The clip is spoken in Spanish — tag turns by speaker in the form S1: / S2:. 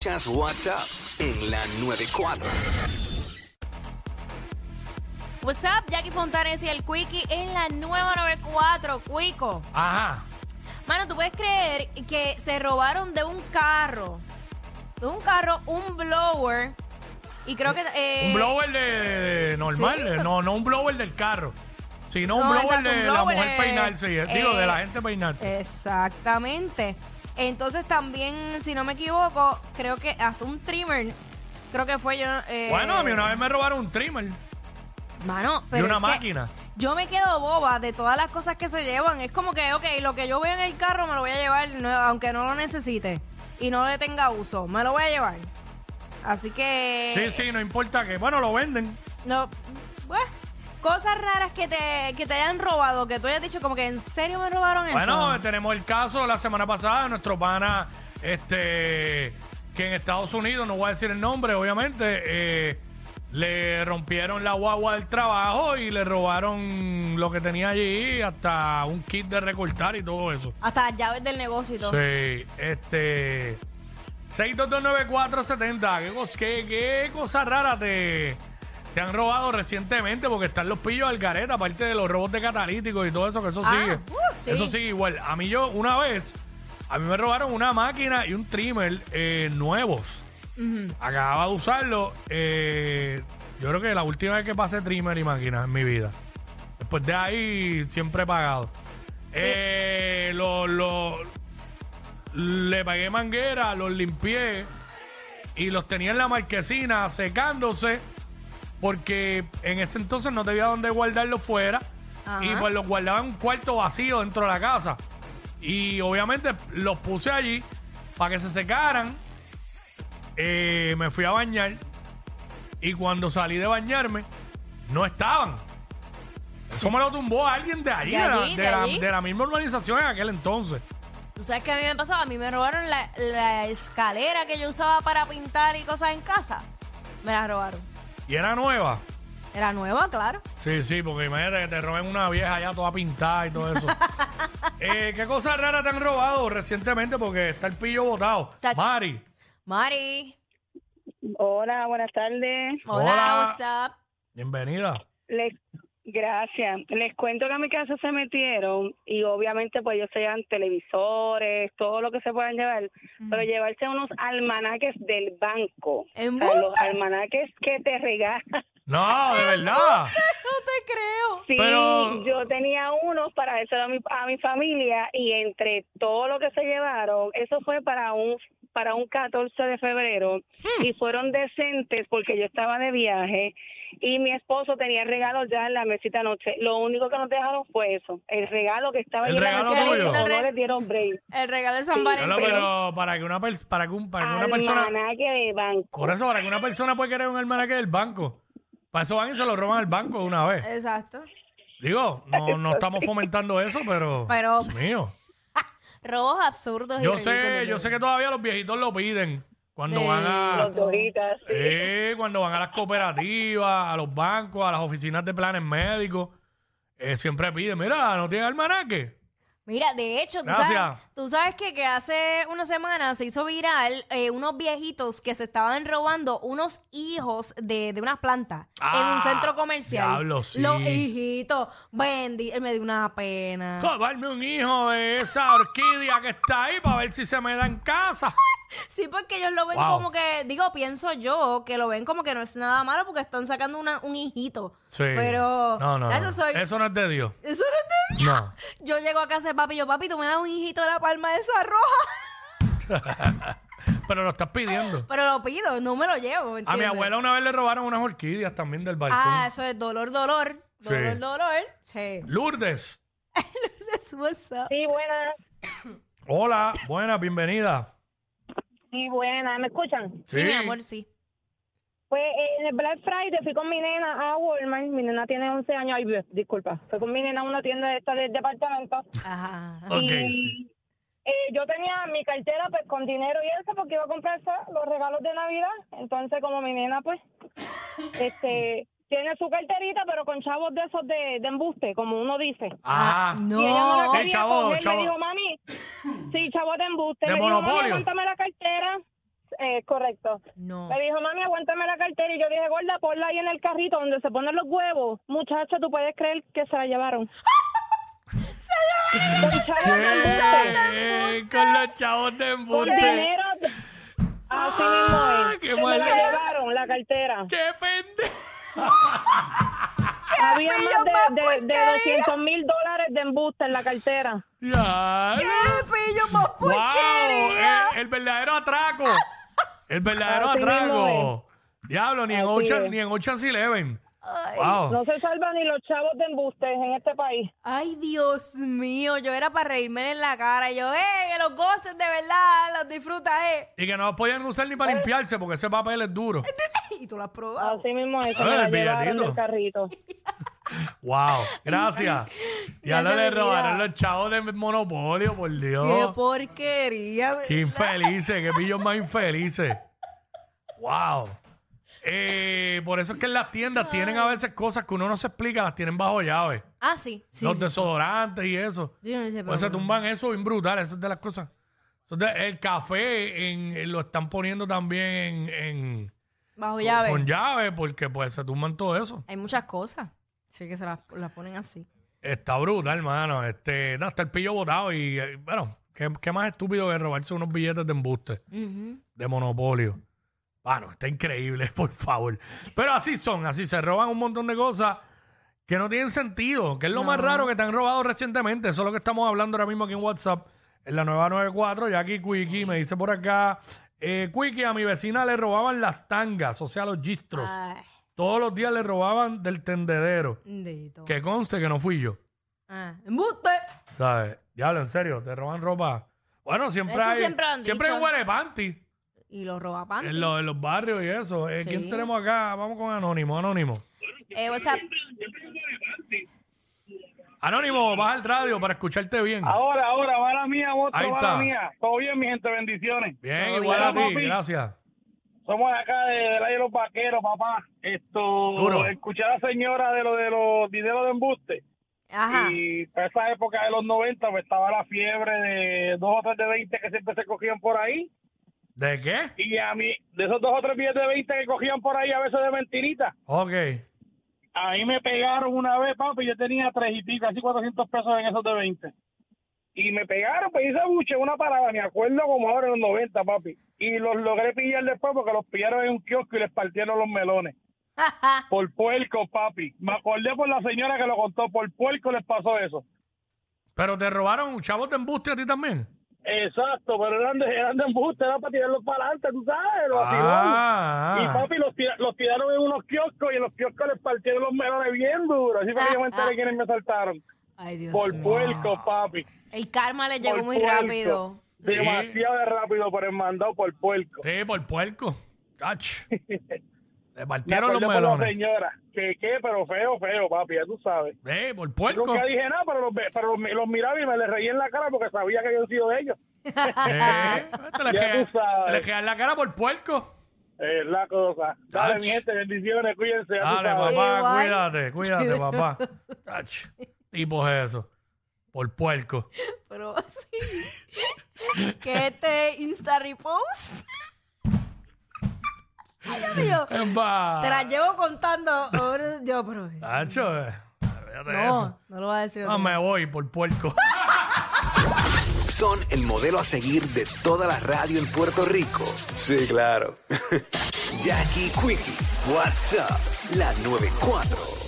S1: Escuchas WhatsApp en la 94.
S2: What's up, Jackie Fontanes y el Quickie en la nueva 94, Cuico.
S3: Ajá.
S2: Mano, ¿tú puedes creer que se robaron de un carro? De un carro, un blower. Y creo que. eh,
S3: Un blower de, de- normal,
S2: Sí,
S3: eh, no, no un blower del carro, sino un
S2: No,
S3: blower
S2: exacto,
S3: de
S2: un
S3: la
S2: blower,
S3: mujer
S2: eh,
S3: peinarse, y- digo,
S2: eh,
S3: de la gente peinarse.
S2: Exactamente. Entonces también, si no me equivoco, creo que hasta un trimmer. Creo que fue yo. eh,
S3: bueno, a mí una vez me robaron un trimmer.
S2: Mano, pero
S3: una
S2: es que
S3: máquina.
S2: Yo me quedo boba de todas las cosas que se llevan. Es como que, ok, lo que yo veo en el carro me lo voy a llevar, no- aunque no lo necesite y no le tenga uso, me lo voy a llevar. Así que.
S3: Sí, sí, no importa que. Bueno, lo venden.
S2: No, bueno, cosas raras que te, que te hayan robado, que tú hayas dicho como que en serio me robaron
S3: Bueno, este
S2: eso.
S3: tenemos el caso la semana pasada de nuestro pana, este, que en Estados Unidos, no voy a decir el nombre, obviamente, eh, le rompieron la guagua del trabajo y le robaron lo que tenía allí, hasta un kit de recortar y todo eso.
S2: Hasta las llaves del negocio y todo.
S3: Sí, este. 6229470. ¿Qué, cos- qué, qué cosa rara te, te han robado recientemente? Porque están los pillos al gareta, aparte de los robos de catalíticos y todo eso, que eso
S2: Ah,
S3: sigue.
S2: uh, sí.
S3: Eso sigue igual. A mí yo, una vez, a mí me robaron una máquina y un trimmer eh, nuevos. Acababa de usarlo. eh, yo creo que la última vez que pasé trimmer y máquina en mi vida. Después de ahí, siempre he pagado. Eh, lo- lo- le pagué manguera, los limpié y los tenía en la marquesina secándose porque en ese entonces no tenía dónde guardarlos fuera
S2: Ajá.
S3: y pues los guardaba en un cuarto vacío dentro de la casa. Y obviamente los puse allí para que se secaran. Eh, me fui a bañar y cuando salí de bañarme no estaban. Eso me lo tumbó alguien de allí,
S2: De
S3: de, la-
S2: allí,
S3: de
S2: de
S3: la,
S2: allí.
S3: de la misma urbanización en aquel entonces.
S2: ¿Tú sabes qué a mí me pasaba? A mí me robaron la, la escalera que yo usaba para pintar y cosas en casa. Me la robaron.
S3: Y era nueva.
S2: Era nueva, claro.
S3: Sí, sí, porque imagínate que te roben una vieja ya toda pintada y todo eso. Eh, ¿Qué cosas raras te han robado recientemente? Porque está el pillo botado.
S2: Tach.
S3: Mari.
S2: Mari.
S4: Hola, buenas tardes.
S2: Hola,
S3: Hola.
S2: what's up?
S3: Bienvenida.
S4: Les, gracias. Les cuento que a mi casa se metieron y obviamente pues ellos se llevan televisores, todo lo que se puedan llevar, pero llevarse unos almanaques del banco.
S2: ¿Embuste?
S4: los almanaques que te regalan.
S3: No, de verdad.
S2: No te creo.
S4: Sí,
S3: Pero-
S4: yo tenía unos para dárselo a mi, a mi familia y entre todo lo que se llevaron, eso fue para un para un 14 de febrero
S3: Hmm.
S4: y fueron decentes porque yo estaba de viaje y mi esposo tenía regalos ya en la mesita noche. Lo único que nos dejaron fue eso, el regalo que estaba
S3: El
S4: lleno de
S3: regalo
S4: chocolate,
S3: tuyo.
S4: no les dieron break.
S2: El regalo de San
S4: Sí.
S3: No, no,
S2: Valentín.
S3: pero para que una, per- para que un- para que una persona.
S4: Almanaque de banco.
S3: Por eso, para que una persona pueda querer un almanaque del banco. Para eso van y se lo roban al banco de una vez.
S2: Exacto.
S3: Digo, no, no estamos fomentando eso, pero.
S2: Pero-
S3: Dios mío.
S2: Robos absurdos. y
S3: Yo sé,
S2: ridículos.
S3: yo sé que todavía los viejitos lo piden. Cuando
S2: Sí.
S3: van a.
S4: Los doritas. sí.
S3: Eh, cuando van a las cooperativas, a los bancos, a las oficinas de planes médicos, eh, siempre piden, mira, no tiene almanaque.
S2: Mira, de hecho, tú
S3: Gracias.
S2: sabes, tú sabes que, que hace una semana se hizo viral eh, unos viejitos que se estaban robando unos hijos de, de unas plantas en un
S3: Ah,
S2: centro comercial.
S3: diablo, sí.
S2: Los hijitos, Bendy, me dio una pena.
S3: Robarme un hijo de esa orquídea que está ahí para ver si se me da en casa.
S2: Sí, porque ellos lo ven
S3: Wow.
S2: como que, digo, pienso yo, que lo ven como que no es nada malo porque están sacando una- un hijito.
S3: Sí.
S2: Pero,
S3: No, no,
S2: ya
S3: no.
S2: yo soy...
S3: Eso no es de Dios.
S2: Eso no te
S3: No.
S2: Yo llego a casa de papi y yo, papi, tú me das un hijito de la palma de esa roja.
S3: Pero lo estás pidiendo.
S2: Pero lo pido, no me lo llevo. ¿me
S3: A mi
S2: entiendes?
S3: abuela una vez le robaron unas orquídeas también del balcón.
S2: Ah, eso es dolor, dolor.
S3: Sí.
S2: Dolor, dolor. Sí.
S3: Lourdes.
S2: That's what's up.
S4: Sí, buenas.
S3: Hola, buena, bienvenida.
S4: Sí, buenas. ¿Me escuchan?
S2: Sí, mi amor, sí.
S4: Pues en el Black Friday fui con mi nena a Walmart. Mi nena tiene 11 años. Ay, Dios, disculpa. Fui con mi nena a una tienda de esta del departamento.
S2: Ajá.
S3: Ok,
S4: y
S3: sí.
S4: eh, yo tenía mi cartera pues con dinero y eso porque iba a comprar so- los regalos de Navidad. Entonces, como mi nena, pues, este, tiene su carterita, pero con chavos de esos de, de embuste, como uno dice.
S3: Ah,
S4: Y ella no la
S2: no.
S3: Sí,
S4: quería
S3: chavo,
S4: coger.
S3: chavo.
S4: Me dijo, mami, sí, chavos de embuste.
S3: De
S4: me dijo, mami,
S3: monopolio.
S4: aguántame la cartera. eh, correcto.
S2: No.
S4: Me dijo, mami, aguántame la cartera. Y yo dije, gorda, ponla ahí en el carrito donde se ponen los huevos. Muchacha, tú puedes creer que se la llevaron. ¡Se la
S3: ¿Qué? Con los chavos de
S4: Con
S3: embuste.
S4: dinero. Así mismo
S3: Ah,
S4: es.
S3: qué
S4: Se me
S3: mal-
S4: la llevaron, la cartera.
S3: ¡Qué pendejo!
S4: Había
S2: pillo
S4: más de,
S2: más
S4: de, de
S2: porquería.
S4: 200 mil dólares de embuste en la cartera.
S3: Ya,
S2: ¡Qué
S3: no.
S2: pillo más
S3: ¡Wow! eh.
S2: porquería!
S3: El, el verdadero atraco. El verdadero
S4: Así mismo
S3: atraco. Diablo, ni en,
S4: Así
S3: Ocean,
S4: es.
S3: ni en Ocean's Eleven.
S2: Ay.
S3: ¡Wow!
S4: No se salvan ni los chavos de embustes en este país.
S2: Ay, Dios mío, yo era para reírme en la cara. Yo, eh, que los goces de verdad, los disfruta, eh.
S3: Y que no podían usar ni para limpiarse porque ese papel es duro.
S2: Y tú lo has probado.
S4: Así mismo es. Se
S3: Ay,
S4: me la
S3: el
S4: llevaron
S3: billetito.
S4: del carrito.
S3: ¡Wow! Gracias. Y ahora
S2: Gracias,
S3: le
S2: mi vida.
S3: robaron los chavos de Monopolio, por
S2: ¡Qué
S3: Dios.
S2: porquería!
S3: Qué infelices, qué pillos más infelices. ¡Wow! Eh, por eso es que en las tiendas tienen a veces cosas que uno no se explica, las tienen bajo llave.
S2: Ah, sí. sí,
S3: los
S2: sí.
S3: desodorantes y eso.
S2: Yo no sé, pero
S3: Pues se
S2: bueno.
S3: tumban eso bien brutal, eso es de las cosas. Eso es de- el café en- en- lo están poniendo también en, en-
S2: Bajo llave.
S3: con llave porque pues se tumban todo eso.
S2: Hay muchas cosas. Así que se las, las ponen así.
S3: Está brutal, hermano. Este, no, está el pillo botado y eh, bueno, ¿qué, qué más estúpido que robarse unos billetes de embuste,
S2: Ujú.
S3: de monopolio. Bueno, está increíble, por favor. Pero así son, así se roban un montón de cosas que no tienen sentido, que es lo más raro que te han robado recientemente. Eso es lo que estamos hablando ahora mismo aquí en WhatsApp, en la nueva 94. Jackie Quickie me dice por acá, eh, Quickie, a mi vecina le robaban las tangas, o sea, los gistros.
S2: Ay,
S3: Todos los días le robaban del tendedero.
S2: bendito.
S3: Que conste que no fui yo,
S2: Ah, ¡Embuste!
S3: ¿sabes? Diablo, en serio, te roban ropa. Bueno, siempre
S2: Eso
S3: hay...
S2: siempre lo han
S3: siempre hay
S2: dicho.
S3: huelepanti
S2: Y los roba panty.
S3: en, los- en los barrios y eso. Eh, ¿Quién
S2: Sí.
S3: tenemos acá? Vamos con Anónimo, Anónimo.
S2: Eh, o sea,
S3: Anónimo, baja el radio para escucharte bien.
S5: Ahora, ahora, va la mía,
S3: Ahí
S5: otro, va
S3: está.
S5: la Ah, mía. Todo bien, mi gente, bendiciones.
S3: Bien,
S2: Todo
S3: igual
S5: bien.
S3: a ti, gracias.
S5: Somos de acá de, del área de los vaqueros, papá. Esto,
S3: Duro.
S5: escuché a la señora de lo de los dineros de embuste.
S2: ajá.
S5: Y para esa época de los 90, pues estaba la fiebre de dos o tres de 20 que siempre se cogían por ahí.
S3: ¿De qué?
S5: Y a mí, de esos dos o tres billetes de 20 que cogían por ahí, a veces de mentirita,
S3: Ok.
S5: a mí me pegaron una vez, papi. Yo tenía tres y pico, casi 400 pesos en esos de 20. Y me pegaron, pues hice buche, una parada, me acuerdo como ahora en los 90, papi. Y los logré pillar después porque los pillaron en un kiosco y les partieron los melones. Por puerco, papi. Me acordé por la señora que lo contó, por puerco les pasó eso.
S3: Pero te robaron un chavo de embuste a ti también.
S5: Exacto, pero eran de, eran de embuste, era para tirarlos para adelante, tú sabes, los atirones. Y
S3: Ah,
S5: papi los, tira- los tiraron en unos kioscos y en los kioscos les partieron los melones bien duros. Así fue que yo me enteré quiénes me saltaron.
S2: Ay, Dios
S5: Por
S2: mío.
S5: puerco, papi.
S2: El karma le llegó
S5: por
S2: muy
S5: puerco.
S2: rápido.
S5: Demasiado de rápido, pero mandado por puerco.
S3: sí, por puerco. Ach. Le
S5: Me
S3: partieron
S5: acordé
S3: los
S5: por la
S3: melones.
S5: señora. Que qué, pero feo, feo, papi, ya tú sabes.
S3: Eh, por puerco.
S5: Nunca dije nada, pero los, ve- pero los, mi- los miraba y me les reí en la cara porque sabía que yo he sido de ellos.
S3: Eh, te le
S5: Ya
S3: queda-
S5: tú sabes.
S3: te le quedan la cara por puerco.
S5: Es la cosa. Dale,
S3: Ach.
S5: mi gente, bendiciones, cuídense. ya tú
S3: Dale,
S5: sabes.
S3: papá,
S2: Igual.
S3: cuídate, cuídate, papá. Ach. Tipo es eso. Por puerco.
S2: Pero sí. que este Insta Repost. Ay, Dios mío.
S3: Emba.
S2: Te la llevo contando. ahora Yo, pero.
S5: Ah,
S3: Tacho, eh, fíjate eso.
S2: No, no lo va a decir.
S3: No me voy por puerco.
S1: Son el modelo a seguir de toda la radio en Puerto Rico. Sí, claro. Jackie Quickie, WhatsApp, la 94.